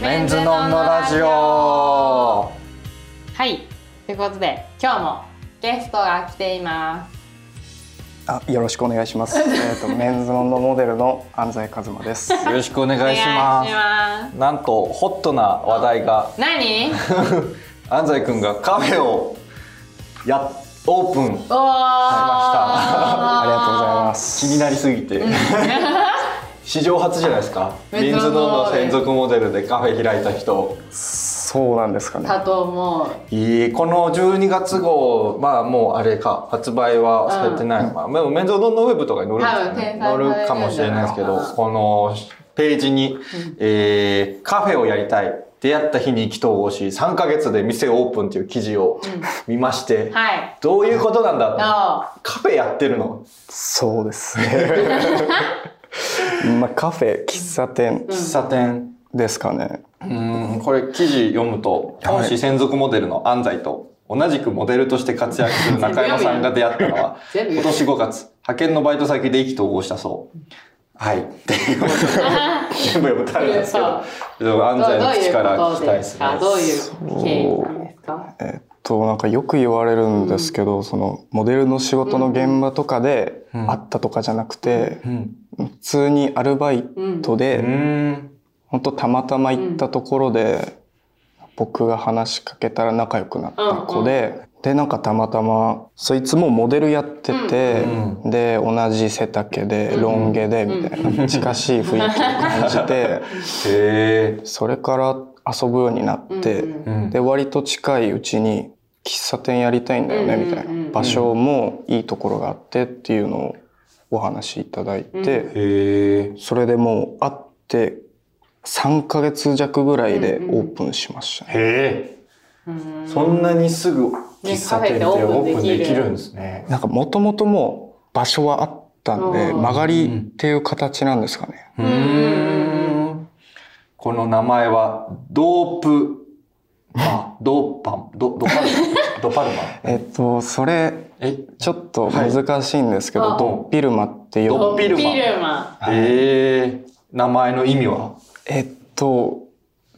メンズノンノラジオはいということで今日もゲストが来ていますあ、よろしくお願い します。えっと、メンズノンノモデルの安西和馬です。よろしくお願いしますお願いしまなんとホットな話題がす何安西くんがカフェをやオープンおーありがとうございま気す。になりすぎて史上初じゃないですかメンズノンノ専属モデルでカフェ開いた人そうなんですかね。だと思ういいこの12月号まあもうあれか発売はされてないのかな、でもメンズノンノウェブとかに載るんですかね多載分掲載されるんじゃないるかもしれないですけどうんこのページに、えーカフェをやりたい」出会った日に意気投合し3ヶ月で店オープン」っていう記事を見まして、はいどういうことなんだとどうカフェやってるのそうですね。 まあ、カフェ、喫茶店喫茶店ですかね。うんこれ記事読むと本誌専属モデルの安西と同じくモデルとして活躍する中山さんが出会ったのは 全部今読年5む月派遣のバイト先で意気投合したそう。はい。っていうことで 全部読むとあれなんですけどでも安西の口から聞きたいですね。どういうことですかどういう経緯なんですかえっと、なんかよく言われるんですけど、そのモデルの仕事の現場とかでうん会ったとかじゃなくて、うん普通にアルバイトうで、ーん本当たまたま行ったところで、僕が話しかけたら仲良くなった子で、でなんかたまたまそいつもモデルやってて、うんで同じ背丈でロン毛でみたいな、近しい雰囲気を感じ てへえ。それから遊ぶようになって、うんうんで割と近いうちに喫茶店やりたいんだよねみたいな、うんうんうんうん場所もいいところがあってっていうのをお話しいただいて、へえ。それでもう会って3ヶ月弱ぐらいでオープンしましたね。へえ。うんそんなにすぐ喫茶店ねカフェででオオープーンプンできるできるんですね。なんかもともともう場所はあったんで、うん曲がりっていう形なんですかね。うーんこの名前はドープあドーパンドドパルマドパルマえっと、それ、えちょっと難しいんですけど、はいドッピルマって呼ドぶッ。ピルマピルマえー、名前の意味はえっと、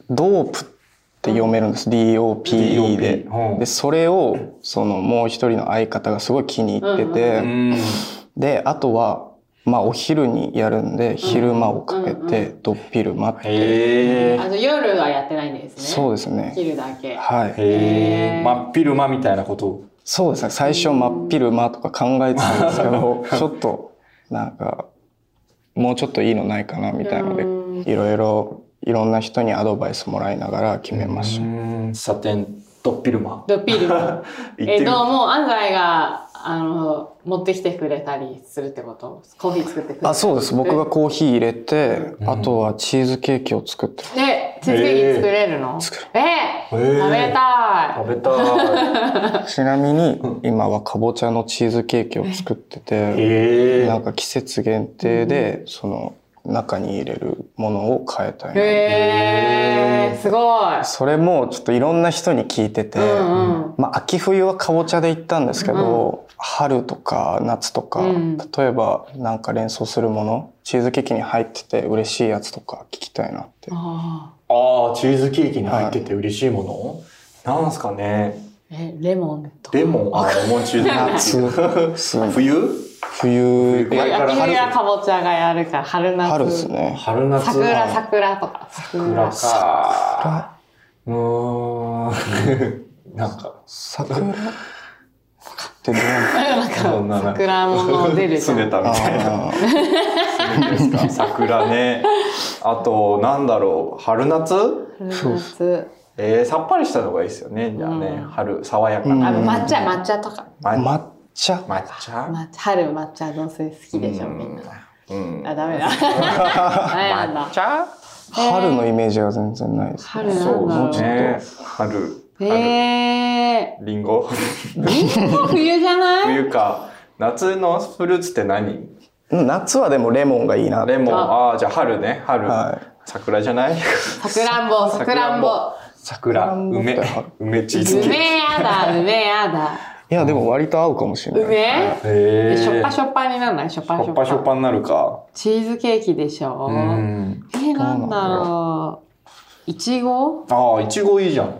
ドープって読めるんです。DOPE で DOP うん。で、それを、その、もう一人の相方がすごい気に入ってうて、んで、あとは、まあ、お昼にやるんで、昼間をかけうて、ドッピルマって。へあーの夜はやってないんですねそうですね。昼だけはい。へーへー真っ昼間みたいなことそうですね。最初、真っ昼間とか考えてたんですけ ど、ちょっと、なんか、もうちょっといいのないかな、みたいなうので、いろいろ、いろんな人にアドバイスもらいながら決めましうた。ん喫茶店ドッピルマドピルマ 行ってえみどうも安西があの持ってきてくれたりするってことコーヒー作ってくれたあ、そうです。僕がコーヒー入れて、んあとはチーズケーキを作って。えチーズケーキ作れるの、作るえへー食べた食べたいちなみに、今はかぼちゃのチーズケーキを作ってて、 へなーんか季節限定で、その、中に入れるものを変えたいいな。へえすごいそれも、ちょっといろんな人に聞いてて、うんうんまあ、秋冬はかぼちゃで行ったんですけど、春とか夏とか、うん例えばなんか連想するものチーズケーキに入ってて嬉しいやつとか聞きたいなってああーチーズケーキに入ってて嬉しいもの、なんすかねーえレモンとかレモンあレモンチーズケーキ夏冬冬冬いやだから秋春冬はかぼちゃがやるから春夏春ですね春夏は桜桜とか桜桜かあうーんなんか桜って どうなそんななんか桜も出るじゃすんねたみたいなあですか 桜ねあとなんだろう春夏春夏えー、さっぱりしたのがいいですよねじゃあね、うん春爽やかな、あうん抹茶抹茶とかまー抹茶抹茶抹茶春抹茶どうせ好きでしょみんなうんあダメだダメなんだ抹茶春のイメージが全然ないです春なんだそうろうですね春春へえりんごー、冬じゃない冬か夏のフルーツって何うん夏はでもレモンがいいなレモンあああーじゃあ春ね春、はい桜じゃない さくらんぼさくらんぼ桜梅梅チーズケーキ梅や だ梅やだいやでも割と合うかもしれない梅へえーしょっぱしょっぱになんないしょっぱししょょっっぱぱしょっぱになるかチーズケーキでしょうんえー、なんだろういちごああ、いちごいいじゃん。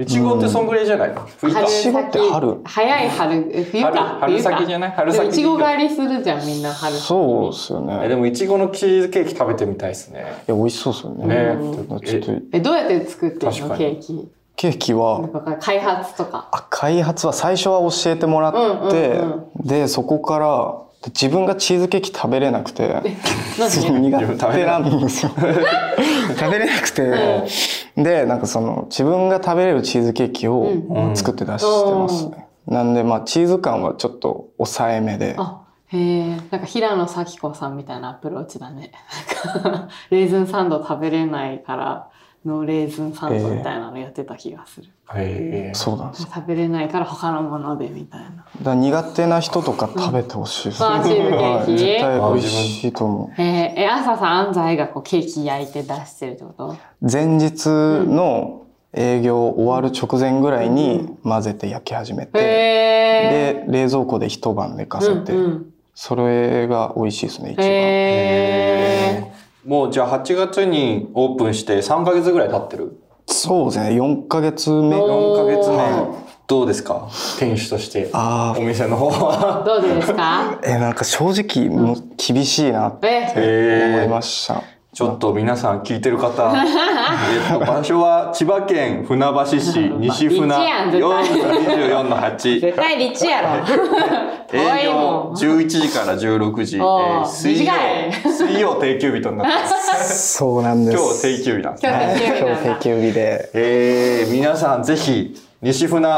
いちごってそんぐらいじゃない冬かい。ちごって春早い春、え冬か。春春先じ冬かゃない春でも先いちご狩りするじゃん、みんな春先に。そうですよえね。でもいちごのチーズケーキ食べてみたいですね。いや、美味しそうですよね。ねちょっとえ、どうやって作ってる確のかにケーキ。ケーキなんは、か開発とか。あ開発は最初は教えてもらって、うんで、そこから、で自分がチーズケーキ食べれなくて、なん苦で手なんですよ。食べれなくて、で、なんかその、自分が食べれるチーズケーキをうん作って出してますね。なんで、まあ、チーズ感はちょっと抑えめで。あ、へえ。なんか平野咲子さんみたいなアプローチだね。 なんかレーズンサンド食べれないから、のレーズンサンドみたいなのやってた気がする。へえそうなんですよ。食べれないから他のものでみたいな。だから苦手な人とか食べてほしいです、あーチーズケーキはい絶対美味しいと思う。へえ、え、朝さん安西がこうケーキ焼いて出してるってこと前日の営業終わる直前ぐらいに混ぜて焼き始めて、へえ。で冷蔵庫で一晩寝かうせんて、うん。それが美味しいですね一番、へえ。もうじゃあ8月にオープンして3ヶ月ぐらい経ってる。そうですね4ヶ月目お4ヶ月は目。どうですか店主として。あお店の方は。どうです かえなんか正直もう厳しいなってえ、へ思いえました、ちょっと皆さん聞いてる 方、えっと、場所は千葉県船橋市 西船立地やん絶対424の8。絶対立地や ろ。遠営い業もん。 11時から16時。えおーー水曜短い、水曜定休日となって ます。そうなんです今日定休日なんですね。定休日なんだはい今日定休日でえー、皆さんぜひ、西船、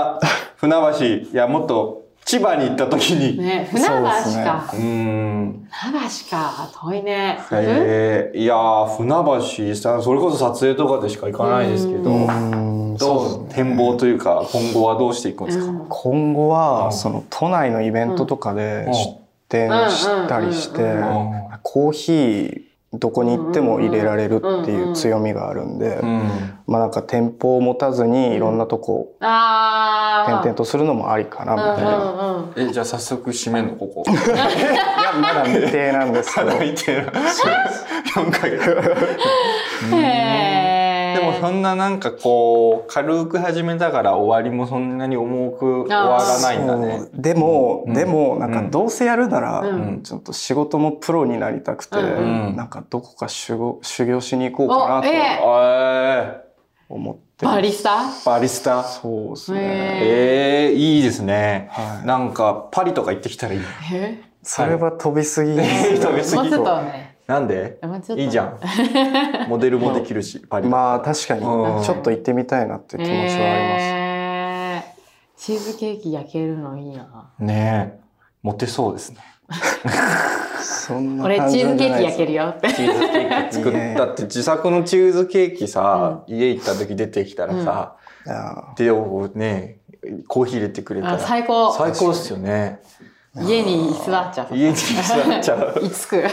船橋、いや、もっと千葉に行った時に、ね、船橋そうですねか。うーん、船橋か。遠いね。えー、いやー、船橋さん、それこそ撮影とかでしか行かないですけど、うんどう展望というか、今後はどうしていくんですか、今後はその都内のイベントとかでうん出店したりしてうんうんうんうんうんコーヒーどこに行っても入れられるってうんうんいううん強みがあるんでうんまあなんか店舗を持たずにいろんなとこあ転あ。々とするのもありかなみたいな。うんうんうん。え、じゃあ早速締めのここ。いやまだ未定なんですけど 泣いてる。4回。へえ。でもそんななんかこう、軽く始めたから終わりもそんなに重く終わらないんだね。そうでも、うんでもなんかどうせやるなら、うんちょっと仕事もプロになりたくて、うんなんかどこか修行修行しに行こうかなおえとえー、思ってますバリスタバリスタ。そうですへね。ええいいですね、はいなんかパリとか行ってきたらいい。えそれは 飛びすぎです食べ過もうぎちょっとね。なんでもうちょっといいじゃ ん。モデルもできるし、パリ。まあ確かにちうんょっと行ってみたいなっていう気持ちはあります。へえチーズケーキ焼けるのいいな。ねえ、モテそうですね。そんな俺単チーズ純じケーゃなキ焼いですけるよって。チーズケーキ 作いやいっやたって自作のチーズケーキさ、家行った時出てきたらさ、いやでをね、コーヒー入れてくれたあら。最高。最高っすよね。家に居座っちゃう。家に座っちゃう。 居つく。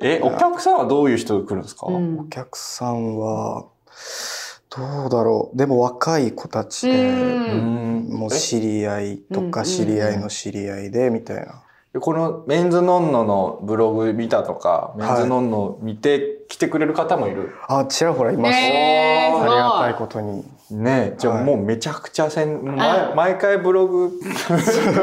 え、お客さんはどういう人が来るんですか、うんお客さんはどうだろうでも若い子たちう。で、うんんもう知り合いとうんか知り合いの知り合いでみたいな。でこのメンズノンノのブログ見たとか、メンズノンノ見て来てくれる方もいる。あちらほらいます。えーおすーごありがたいい。ことに。ねえ、じゃはあいもうめちゃくちゃせん、あ毎毎回ブログ、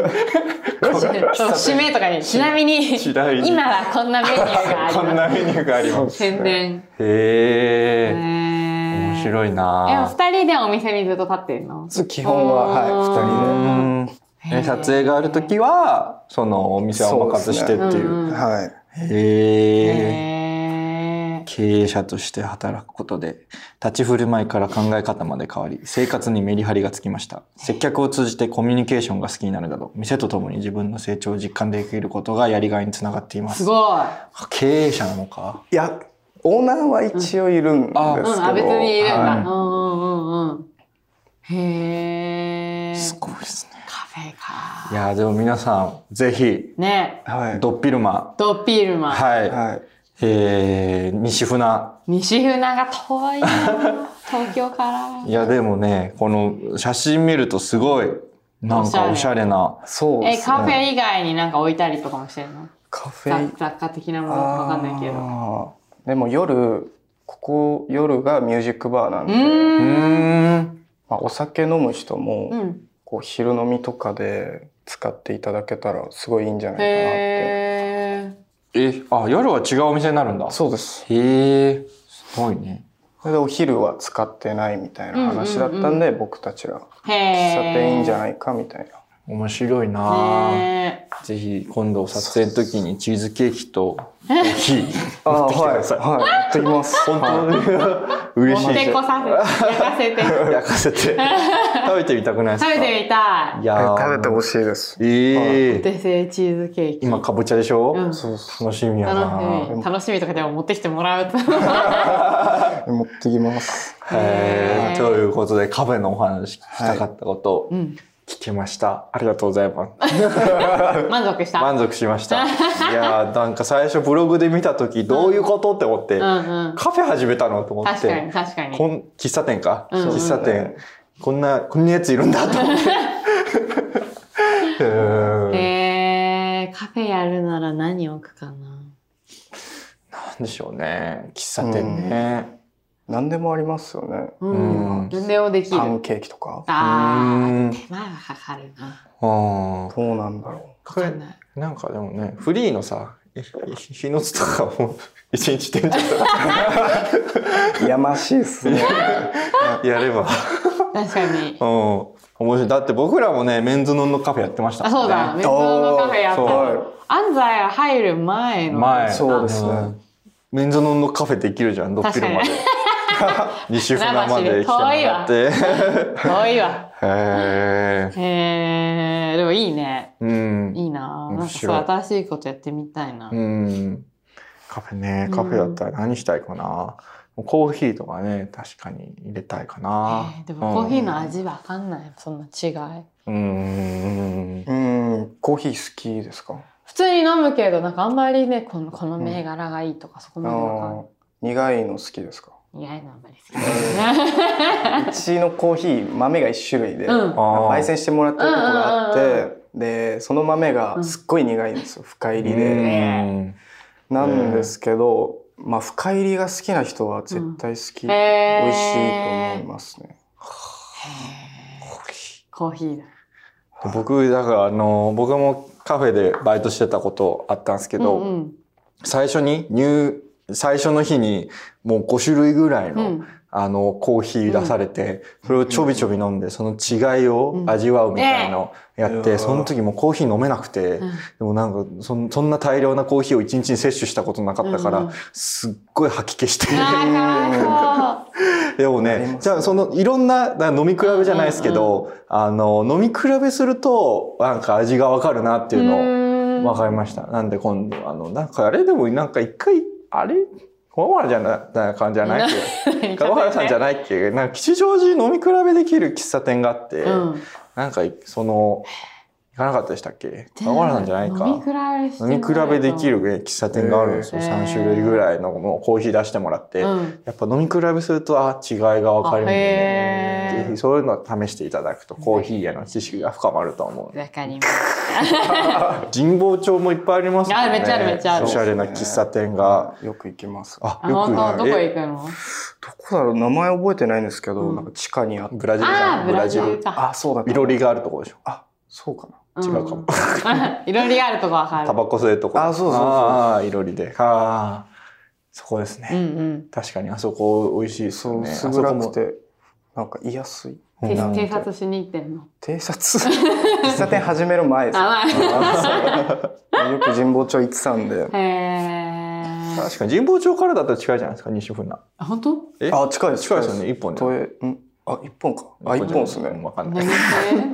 そう締めとかにちなみにちなみに 今はこんなメニューがありこんまなメニューがあります。す宣伝へえ、面面い白いえおな二人でお店にずっと立ってるの基本はうはいん。へええ撮影があるときは、そのお店はお任せしてってそういですねう。うん二人で。はい。へへえ。え経営者として働くことで立ち振る舞いから考え方まで変わり生活にメリハリがつきました接客を通じてコミュニケーションが好きになるなど店とともに自分の成長を実感できることがやりがいにつながっていますすごい経営者なのかいやオーナーは一応いるんですけど。あうんあ別にいるんはだはいうんうんうんうんへえすごいですねカフェかいやーでも皆さんぜひねはい。ドッピルマドッピールマンはい、はい。えー、西船西船が遠い な東京からいやでもねこの写真見るとすごいなんかおおししゃゃれなそうでえすね。カフェ以外になんか置いたりとかもしてるのカフ雑ェ雑貨的なものわかんないけどあーでも夜ここ夜がミュージックバーなんう。で、うんん。まあ、お酒飲む人も、うん。こう昼飲みとかで使っていただけたらすごいいいんじゃないかなって。へえ。え、あ、夜は違うお店になるんだ。そうです。へえ、すごいね。それでお昼は使ってないみたいな話だったんで、僕たちら喫へえ。茶店いいんじゃいないかみたいな。面白いな、ねぜひ今度撮影の時にチーズケーキとコーヒー持あっはてきてくいださい。はい持ってきます。本当にえ。嬉持しいってでこさせて、焼かせて。食焼かせて食べてみたくないですかべてみたいい。やー食べてほしいです。ええ手製チーズケーキ。今かぼちゃでしょ、うんそうそう。楽しみやな楽しみ。楽しみとかでも持ってきてもらうと。持ってきます。へへえーということでカフェのお話聞きたかったことを うん。聞けました、ありがとうございます満足した。満足しましたいやーなんか最初ブログで見た時どういうことって思って、うんうん。カフェ始めたのと思っ確かにて確かに。こん喫茶店か、うん喫茶店こんなこんなやついるんだと思って うーんえー、カフェやるなら何置くかな。なんでしょうね喫茶店ね、何でもありますよね。うん。うん何でもできる。パンケーキとか。あうんー、手間がかかるな。うん、どうなんだろこれわかんないなんかでもねフリーのさえひ日のつとかも 一日店長とかう。やましいっすね。 やればうん確か に。面白いだって僕らもねメンズノンのカフェやってましたもあ、んねそうだ。メンズのカフェやったそうの。安西入る前の。前そうですねんメンズノンのカフェできるじゃんどっぴろまで 西船まで来てもらってへ遠いわ。えへー、でもいいね。うんいいな。なん面かそう、白い新しいことやってみたいな。うんカフェねカフェだったら何したいかな、コーヒーとかね確かに入れたいかな、えーでもコーヒーの味わかんない。そんな違い。うんうんうん。コーヒー好きですか。普通に飲むけど、なんかあんまりね、この、この銘柄がいいとか、そこあまでわかんないの。苦いの好きですか。苦いのあんまり好きですね。うちのコーヒー豆が一種類 で、うんあー焙煎してもらってるとこがあって、うんうんうんでその豆がすっごい苦いんですよ深入りで、うんなんですけど、まあ深入りが好きな人は絶対好き、うんへー美味しいと思いますねコーヒコーヒーだ。ー僕だからあの僕もカフェでバイトしてたことあったんですけど、うんうん最初に入最初の日にもう5種類ぐらいの、うんあのコーヒー出されて、それをちょびちょび飲んでその違いを味わうみたいのをやって、うんねえその時もコーヒー飲めなくて、でもなんかそんそんな大量なコーヒーを一日に摂取したことなかったから、うんすっごい吐き気して。あーかわい でもありますねね、じゃあそのいろんなだから飲み比べじゃないですけど、あの飲み比べするとなんか味がわかるなってそういううのーをんわかりました。なんで今度あのなんかあれでもなんか一回あれ小原じゃなな感じじゃないっけ？小原さんじゃないっけ？なんか吉祥寺飲み比べできる喫茶店があって、うんなんかその行かなかったでしたっけ？小原さんじゃないか。飲み比べして飲みない比とべできる、ね、喫茶店があるんですよ。へー3種類ぐらいのもうコーヒー出してもらって。うんやっぱ飲み比べするとあ違いがわかるんであへねーぜひそういうのを試していただくとコーヒーへの知識が深まると思うわかります。神保町もいっぱいありますもんねあめっちゃあるめっちゃあるおしゃれな喫茶店がよく行きますどああ、よく本当どこえ行くのこだろう名前覚えてないんですけど、うんなんか地下にあってブラジルじゃあんー、ブラジブルか。あそうだいろりがあるとこでしょあそうかな違うかも うん。いろりがあるとこわかる。タバコ吸えるとこあそうそうそうあーいろりであーそこですね、うん確かにあそこ美味しいですよそうねすあぐそこらもくてなんか言いやすいうん。うん偵察しに行ってんの。偵察喫茶店始める前ですあ、よく神保町行ってたんでまあ。へー。確かに神保町からだったら近いじゃないですか西船あ 本当 えあ近いです近いですよね一本で都営んあ一本かあ一本ですね分かんない何そ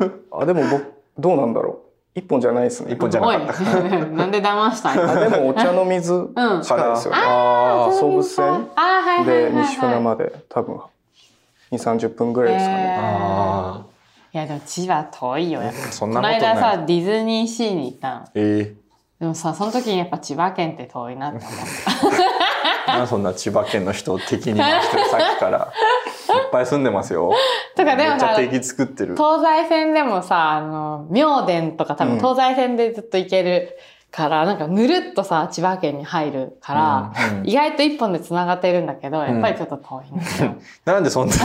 れあでも僕どうなんだろう一本じゃないですね一本じゃなおかいっ た、なんで騙したのあでもお茶 の水うん。近いですよねあー総武線あー、はいはいはいではい。西船まで多分2三3 0分ぐらいですかへねーあーいやでも千葉遠いよやっぱそんこなのことない間さディズニーシーに行ったのえでもさその時にやっぱ千葉県って遠いなって思っえなんでそんな千葉県の人を敵に回してるさっき から。いっぱい住んでますよ。とかでめっもちゃさ敵作ってる。東西線でもさあの妙殿とか多分うん東西線でずっと行けるから、なんかぬるっとさ、千葉県に入るから、うんうん意外と一本で繋がってるんだけど、やっぱりちょっと遠いんですよ。なんでそん なそ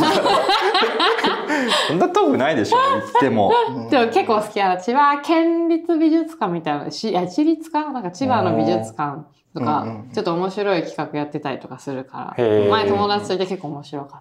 んな遠くないでしょ行ってもでも結構好きやな。千葉県立美術館みたいな、しいや、市立かなんか千葉の美術館とか、うんうんちょっと面白い企画やってたりとかするから、へー前友達といて結構面白かっ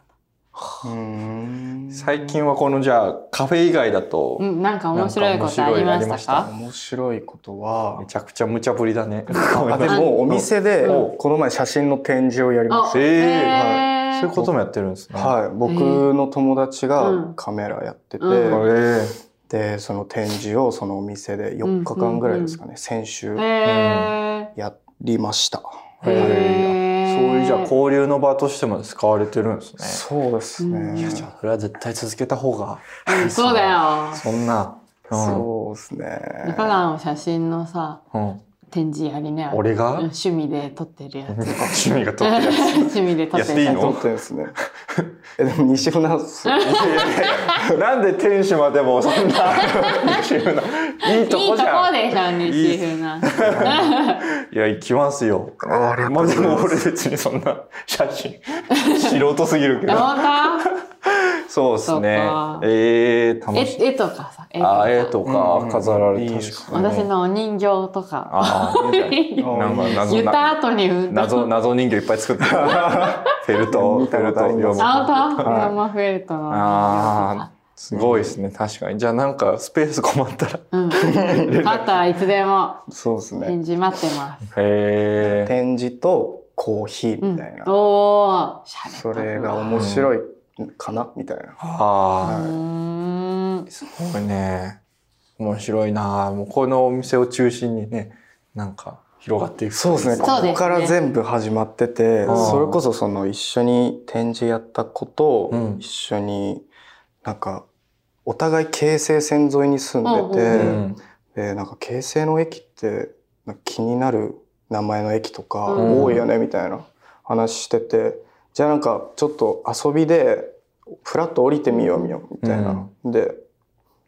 うん最近はこのじゃあカフェ以外だとた。うん、なんか面白いことありなまんか面白いのありまししたたか面白いことはめちゃくちゃ無茶ぶりだ ねあでもお店でうこの前写真の展示をやりましえーへーそういうこともやってるんですねた。はい、僕の友達がカメラやってて、えうーでその展示をそのお店で4日間ぐらいですかね、先週へやりました。ーへーそういうじゃあ交流の場としても使われてるんですねそうですね。うんいやじゃあそれは絶対続けた方がうんそうだよ。そんな、うんそうですね。中川の写真のさ、うん、展示やりね。俺がうん趣味で撮ってるや つ。趣味がとってるやつ趣味で撮っやてるっていいやつ。の撮ってんですね。 えでも西船すなんで天使までもそんな 優秀ないいといいことじこゃんでしょ、西風な。いや行きますよまあでも俺別にそんな写真素人すぎる けど本そうですねそうかえー、当楽しい絵絵とかさ、絵とあか。ー絵とうかん飾られいいてで確すかねに私のお人形とか。ああ なんか謎言った後に運動。謎謎人形いっぱい作って るフェルト見フェたルことあトりますあなた、はいヤンマフェルトのあ人形とかあ。すごいですね確かにじゃあなんかスペース困ったらうん。あったらいつでもそうですね。展示待ってます。へえ展示とコーヒうーんみたいな。。おー、しゃれそれが面白いかな、みたいな。ああうーん。すごいね。面白いなあ。もうこのお店を中心にね、なんか広がっていく。そうですね。こそうですねこから全部始まってて、うんそれこそその一緒に展示やった子とうん一緒になんかお互い京成線沿いに住んでて、うんうん。でなんか京成の駅ってなんか気になる名前の駅とかうん多いよねみたいな話してて、じゃあなんかちょっと遊びでフラッと降りてみようよみたいな、で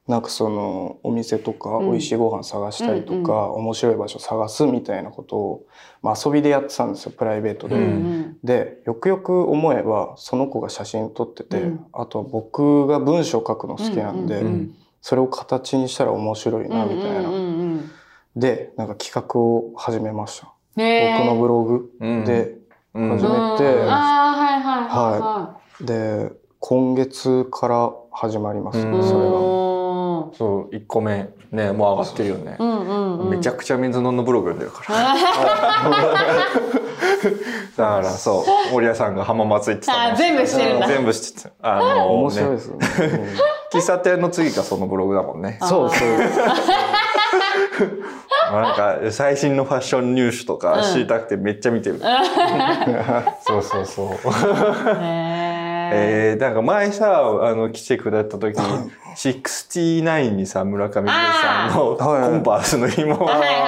なんかそのお店とかうん美味しいご飯探したりとか、面白い場所探すみたいなことを、まあ、遊びでやってたんですよプライベートで。うんんでよくよく思えばその子が写真撮ってて、うんあとは僕が文章書くの好きなんで、ううんん。それを形にしたら面白いうん。なみたいな、うんうんうんでなんか企画を始めました、うん。へー僕のブログうんで、うん初めてうんああ、はいはいはいはで今月から始まります、うい。んそれがおーそう一個目ね、もう上がってるよねう。んうんうん。め ちゃくちゃ水飲んのブログ読んでるから。だからそう、森谷さんが浜松行ってたのあ全部してるんだ全部してた。あの、面白いねですよね、喫茶店の次がそのブログだもんねう。んそうそうなんか最新のファッション入手とかうん知りたくてめっちゃ見 てる。そうそうそう。へえ。えー、なんか前さあの来てくれた時に69にさ村上龍さんのあーはいはいコンパースの紐をはいはいはい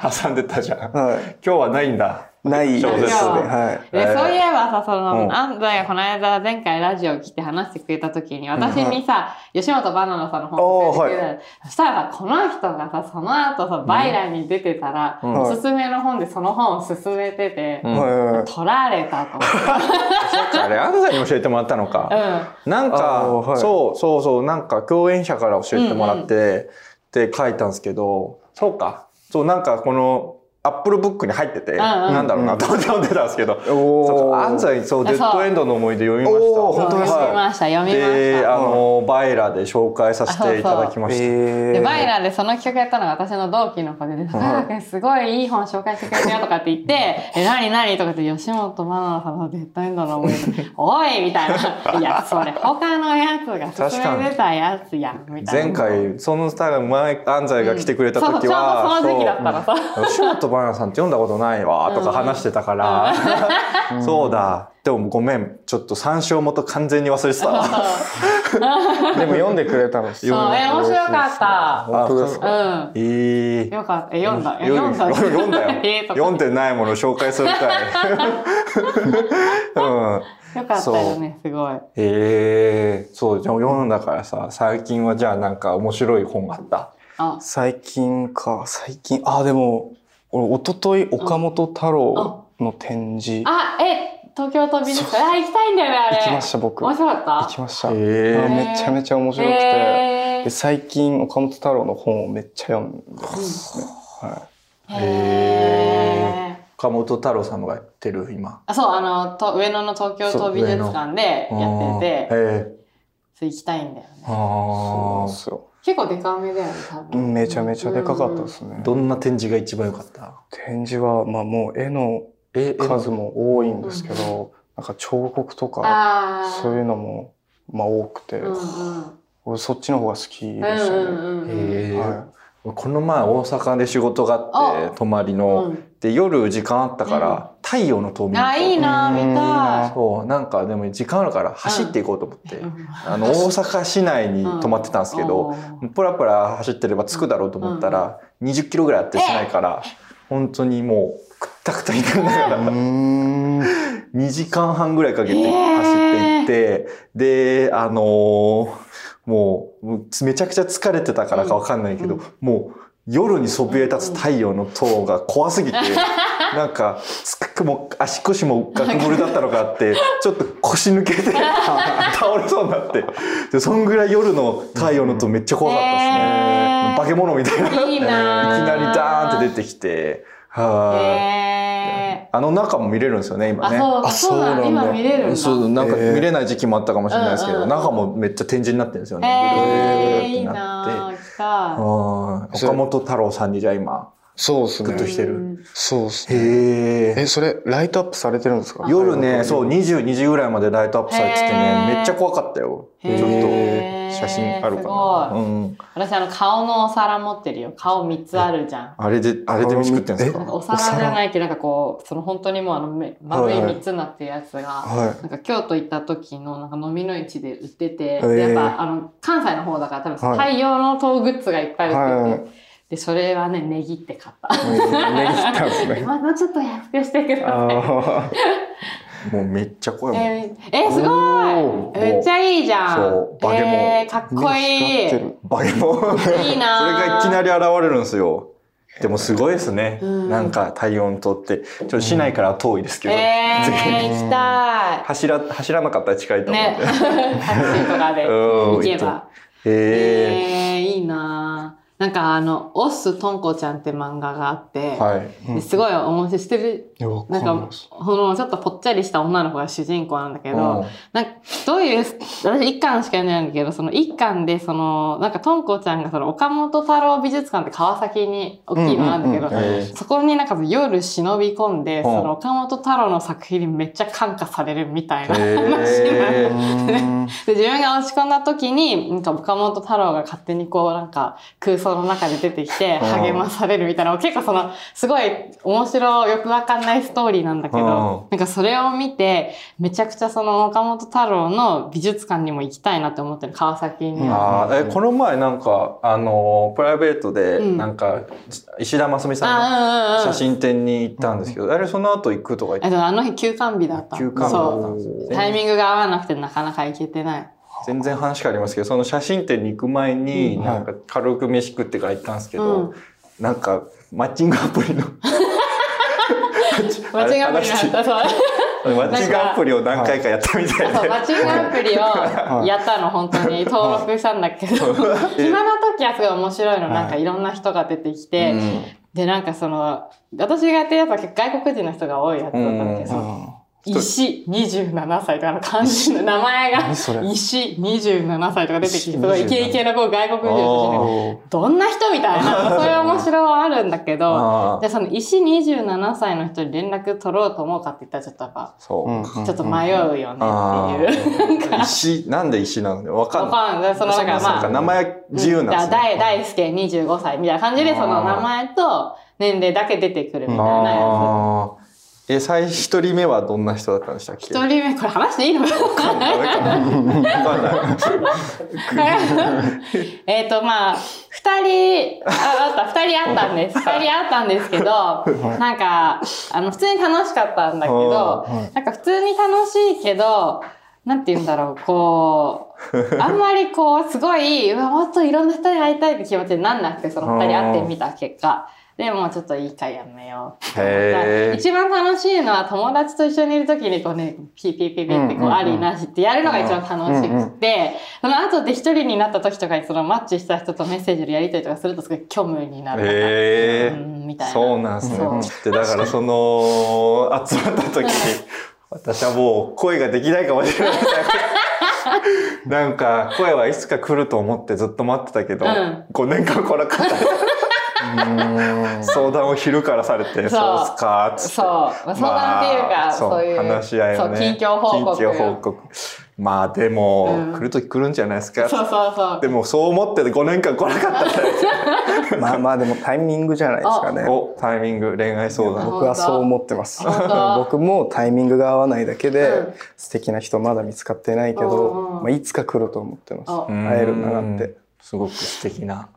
は挟んでたじゃん。今は日はないんだ。いないですねそうですよはいい。でそういえばさ、そうの、ん安西がこの間前回ラジオ来て話してくれた時に、私にさ、吉本バナナさんの本を教えてくれたのそしたらさ、この人がさ、その後さ、バイラに出てたら、んおすすめの本でその本を勧めてて、うんはいはいはい取られたと思って。あれ安西に教えてもらったの うか。ん。なんか、あーはいそうそうそうなんか共演者から教えてもらって、って書いたんですけどそうかそうなんかこのアップルブックに入ってて、んなんだろうなと思って読んでたんですけど、おーそうか安西そうあそデうッドエンドの思い出読みました。おー本当ですか読みました、読みましで、た。あの、バイラで紹介させていただきました。えで、ーバイラでその企画やったのが私の同期の子で、ね、高原君すごいいい本紹介してくれたよとかって言って、え、なになにとかって、吉本バナナさんのデッドエンドの思い出、おいみたいな。いや、それ他のやつが勧めてたやつやん、みたいな。前回、そのスタイル前、安西が来てくれた時は、うんそうちょうどその時期だったのさそう吉本ばなさんって読んだことないわ、とか話してたから、そうだ、でもごめん、ちょっと参照元完全に忘れてたわ。でも読んでくれたのすそう、え、面白かっ本当ですあかた。えーうん。よかった。え、読んだ。え、読読んだ。読んだえよー。とか読んでないものを紹介するかい。うん。よかったよね、すごい。ええそう、じゃあ読んだからさ、最近はじゃあなんか面白い本があった。あ、最近か、最近、あ、でも、俺、一昨日岡本太郎の展示、行あ、え、東京都美術館。あ、行きたいんだよね、あれ。きました、僕。面行白かったきました。あえめちゃめちゃ面白くて。へで最近、岡本太郎の本をめっちゃ読んでますね。はへーーへー岡本太郎さんがやってる今あ、そう、あの、と上野の東京都美術館でうやってて、んえそれ行きたいんだよね。ー、い。あそうなん結構デカめだよね、多ですよ。分。めちゃめちゃでかかったですねー。どんな展示が一番良かった展示は、まあもう絵のえ数も多いんですけど、なんか彫刻とか、ああ。そういうのも、まあ多くて、うんうん。俺そっちの方が好きでしうんたうんね。うんうん。えーはこの前大阪で仕事があってあ泊まりの、で夜時間あったから、太陽の塔う見んに行こあ、ういいな、うん見たそうなんかでも時間あるから走っていこうと思って、い。うんあの大阪市内に泊まってたんですけど、、ポラポラ走ってれば着くだろうと思ったら、20キロぐらいあってしないから、本当にもうくったくたになりながい。うら、ーん。 2時間半ぐらいかけてえー走っていって、で、あのーもうもうめちゃくちゃ疲れてたからかわかんないけど、うんもう夜にそびえ立つ太陽の塔が怖すぎて、なんか、つくもう足腰もガクブルだったのか って、ちょっと腰抜けて倒れそうになって、で、そんぐらい夜の太陽の塔めっちゃ怖かったですね。ね化け物みたいな。いきいいなーなりダーンって出てきて、はへい。あの中も見れるんですよね、今ね。あ、そう、そうなんだ。今見れるんだ。そう、なんかへー見れない時期もあったかもしれないですけうんうんど、うん中もめっちゃ展示になってるんですよへね。ぐるぐるぐるぐえ、るいっいてなっなて。ぁ、来たい。うん岡本太郎さんにじゃあ今、そうですグッとしね。てるうん。そうですね。へーえ、それ、ライトアップされてるんですか夜ね、そう、。22時ぐらいまでライトアップされててへねー、めっちゃ怖かったよ。ちょへっとー写真あるかな。すごうん。私、あの、顔のお皿持ってるよ。顔3つあるじゃん。あれで、あれで飯食ってんですなんかかお皿じゃないけど、なんかこう、その本当にもうあの、め丸いはいはい3つになってるやつが、はなんか京都行った時のなんか飲みの市で売ってて、ーでやっぱあの、関西の方だから多分はい太陽の塔グッズがいっぱい売ってて、はい で、それはね、ネギって買った。い。ねぎったんですね。まあ、もうちょっと安くしてください。あもうめっちゃ怖いもん。えーえーすごおいーめっちゃいいじゃんそうバケモンえーかっーこねいい光ってるバケモン。それいいなーがいきなり現れるんですよ。でもすごいですね。うんなんか体温とって、ちょっと市内からは遠いですけど、えー、行きた走ら、走らなかったら近いいと思うんね で。タクシーとかでうん行けばへええー、いいなーなんかあの「オッスとんこちゃん」って漫画があって、はい。ですごい面白いしてるいや、わかなんんないかです。このちょっとぽっちゃりした女の子が主人公なんだけど、うんなんかどういう、私一巻しか読んでないんだけど、その一巻で、その、なんかとんこちゃんがその岡本太郎美術館って川崎に大きいのなんだけど、うんうんうんええそこになんか夜忍び込んで、んその岡本太郎の作品にめっちゃ感化されるみたいな話へーなんでうで、自分が落ち込んだ時に、なんか岡本太郎が勝手にこうなんか空想の中で出てきてうん励まされるみたいな、結構その、すごい面白いよくわかんないストーリーなんだけど、なんかそれを見て、めちゃくちゃその岡本太郎の美術館にも行きたいなって思ってる、川崎には。あーえこの前なんか、あのープライベートで、うんなんか、石田真澄さんあ、うんのうんうん。写。真展に行ったんですけど、あれその後行くとか言って、えっと、あの日休館日だった。休館日だったんそですよう。ねタイミングが合わなくてなかなか行けてない。全然話変わりますけどその写真展に行く前に、うんなんか軽く飯食ってから行ったんですけうど、んなんかマッチングアプ リの間違いなかった。そう。あれマッチングアプリを何回かやったみたいそうで マッチングアプリをやったの本当に登録したんだけど暇な時はすごい面白いのなんかいろんな人が出てきて、うんでなんかその私がやってるやつは結構外国人の人が多いやつだったんだけ ど、あ石27歳とかの漢字の名前が何それ石27歳とか出てきて石すごいイケイケのこう外国人の人がーどんな人みたいなそういう面白はあるんだけど あでその石27歳の人に連絡取ろうと思うかって言ったらちょっとやっぱそう、ちょっと迷うよねっていう。石なんで石なのわかんないわかんない。そのなんかそう まかあ、名前自由なんだですね、大大輔25歳みたいな感じで、その名前と年齢だけ出てくるみたいなやああえ最一人目はどんな人だったんでしたっけつ。一人目、これ話していいの 誰かなわかんないえっと、まあ、二人、あ、あった、二人あったんです。二人あったんですけど、なんか、あの、普通に楽しかったんだけどは、なんか普通に楽しいけど、なんて言うんだろう、こ う、あんまりこう、すごい、うわ、もっといろんな人に会いたいって気持ちになんなくて、その二人会ってみた結果、でもうちょっといいかやめよう。へえ。一番楽しいのは友達と一緒にいる時にこうね、ピーピーピーピーってこうんうんう、うんありなしってやるのが一番楽しうんうくて、その後で一人になった時とかにそのマッチした人とメッセージのやり取りとかするとすごい虚無になるとか。へーうんみたいな。そうなんですね。そううちってだからその集まった時に私はもう声ができないかもしれない。なんか声はいつか来ると思ってずっと待ってたけど、うん5年間来なかった相談を昼からされて「そうっすそうか」っつってそう。まあ、相談っていうか、まあそういう。話し合いをねそう、近況報告。近況報告まあでも、うん来る時来るんじゃないですそかうそうそう。でもそう思ってて5年間来なかったんでまあまあでもタイミングじゃないですかね。おタイミング恋愛相談僕はそう思ってます。本当 僕もタイミングが合わないだけで、うん素敵な人まだ見つかってないけうんど、うんまあ、いつか来ると思ってます。お会えるならっうてん。すごく素敵な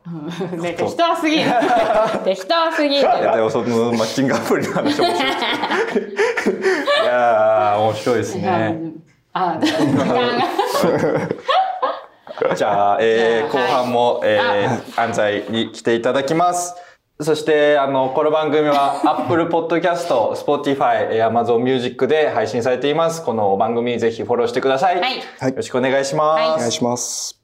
ね、適当すぎる。適当すぎる。いやでもそのマッチングアプリの話面白い いやー面白いですねあ、時間が。じゃあ、えー後はい半も、えー安西に来ていただきますそしてあのこの番組は Apple Podcast、Spotify、えー Amazon Music で配信されていますこの番組ぜひフォローしてください、はいよろしくお願いします、はいお願いします。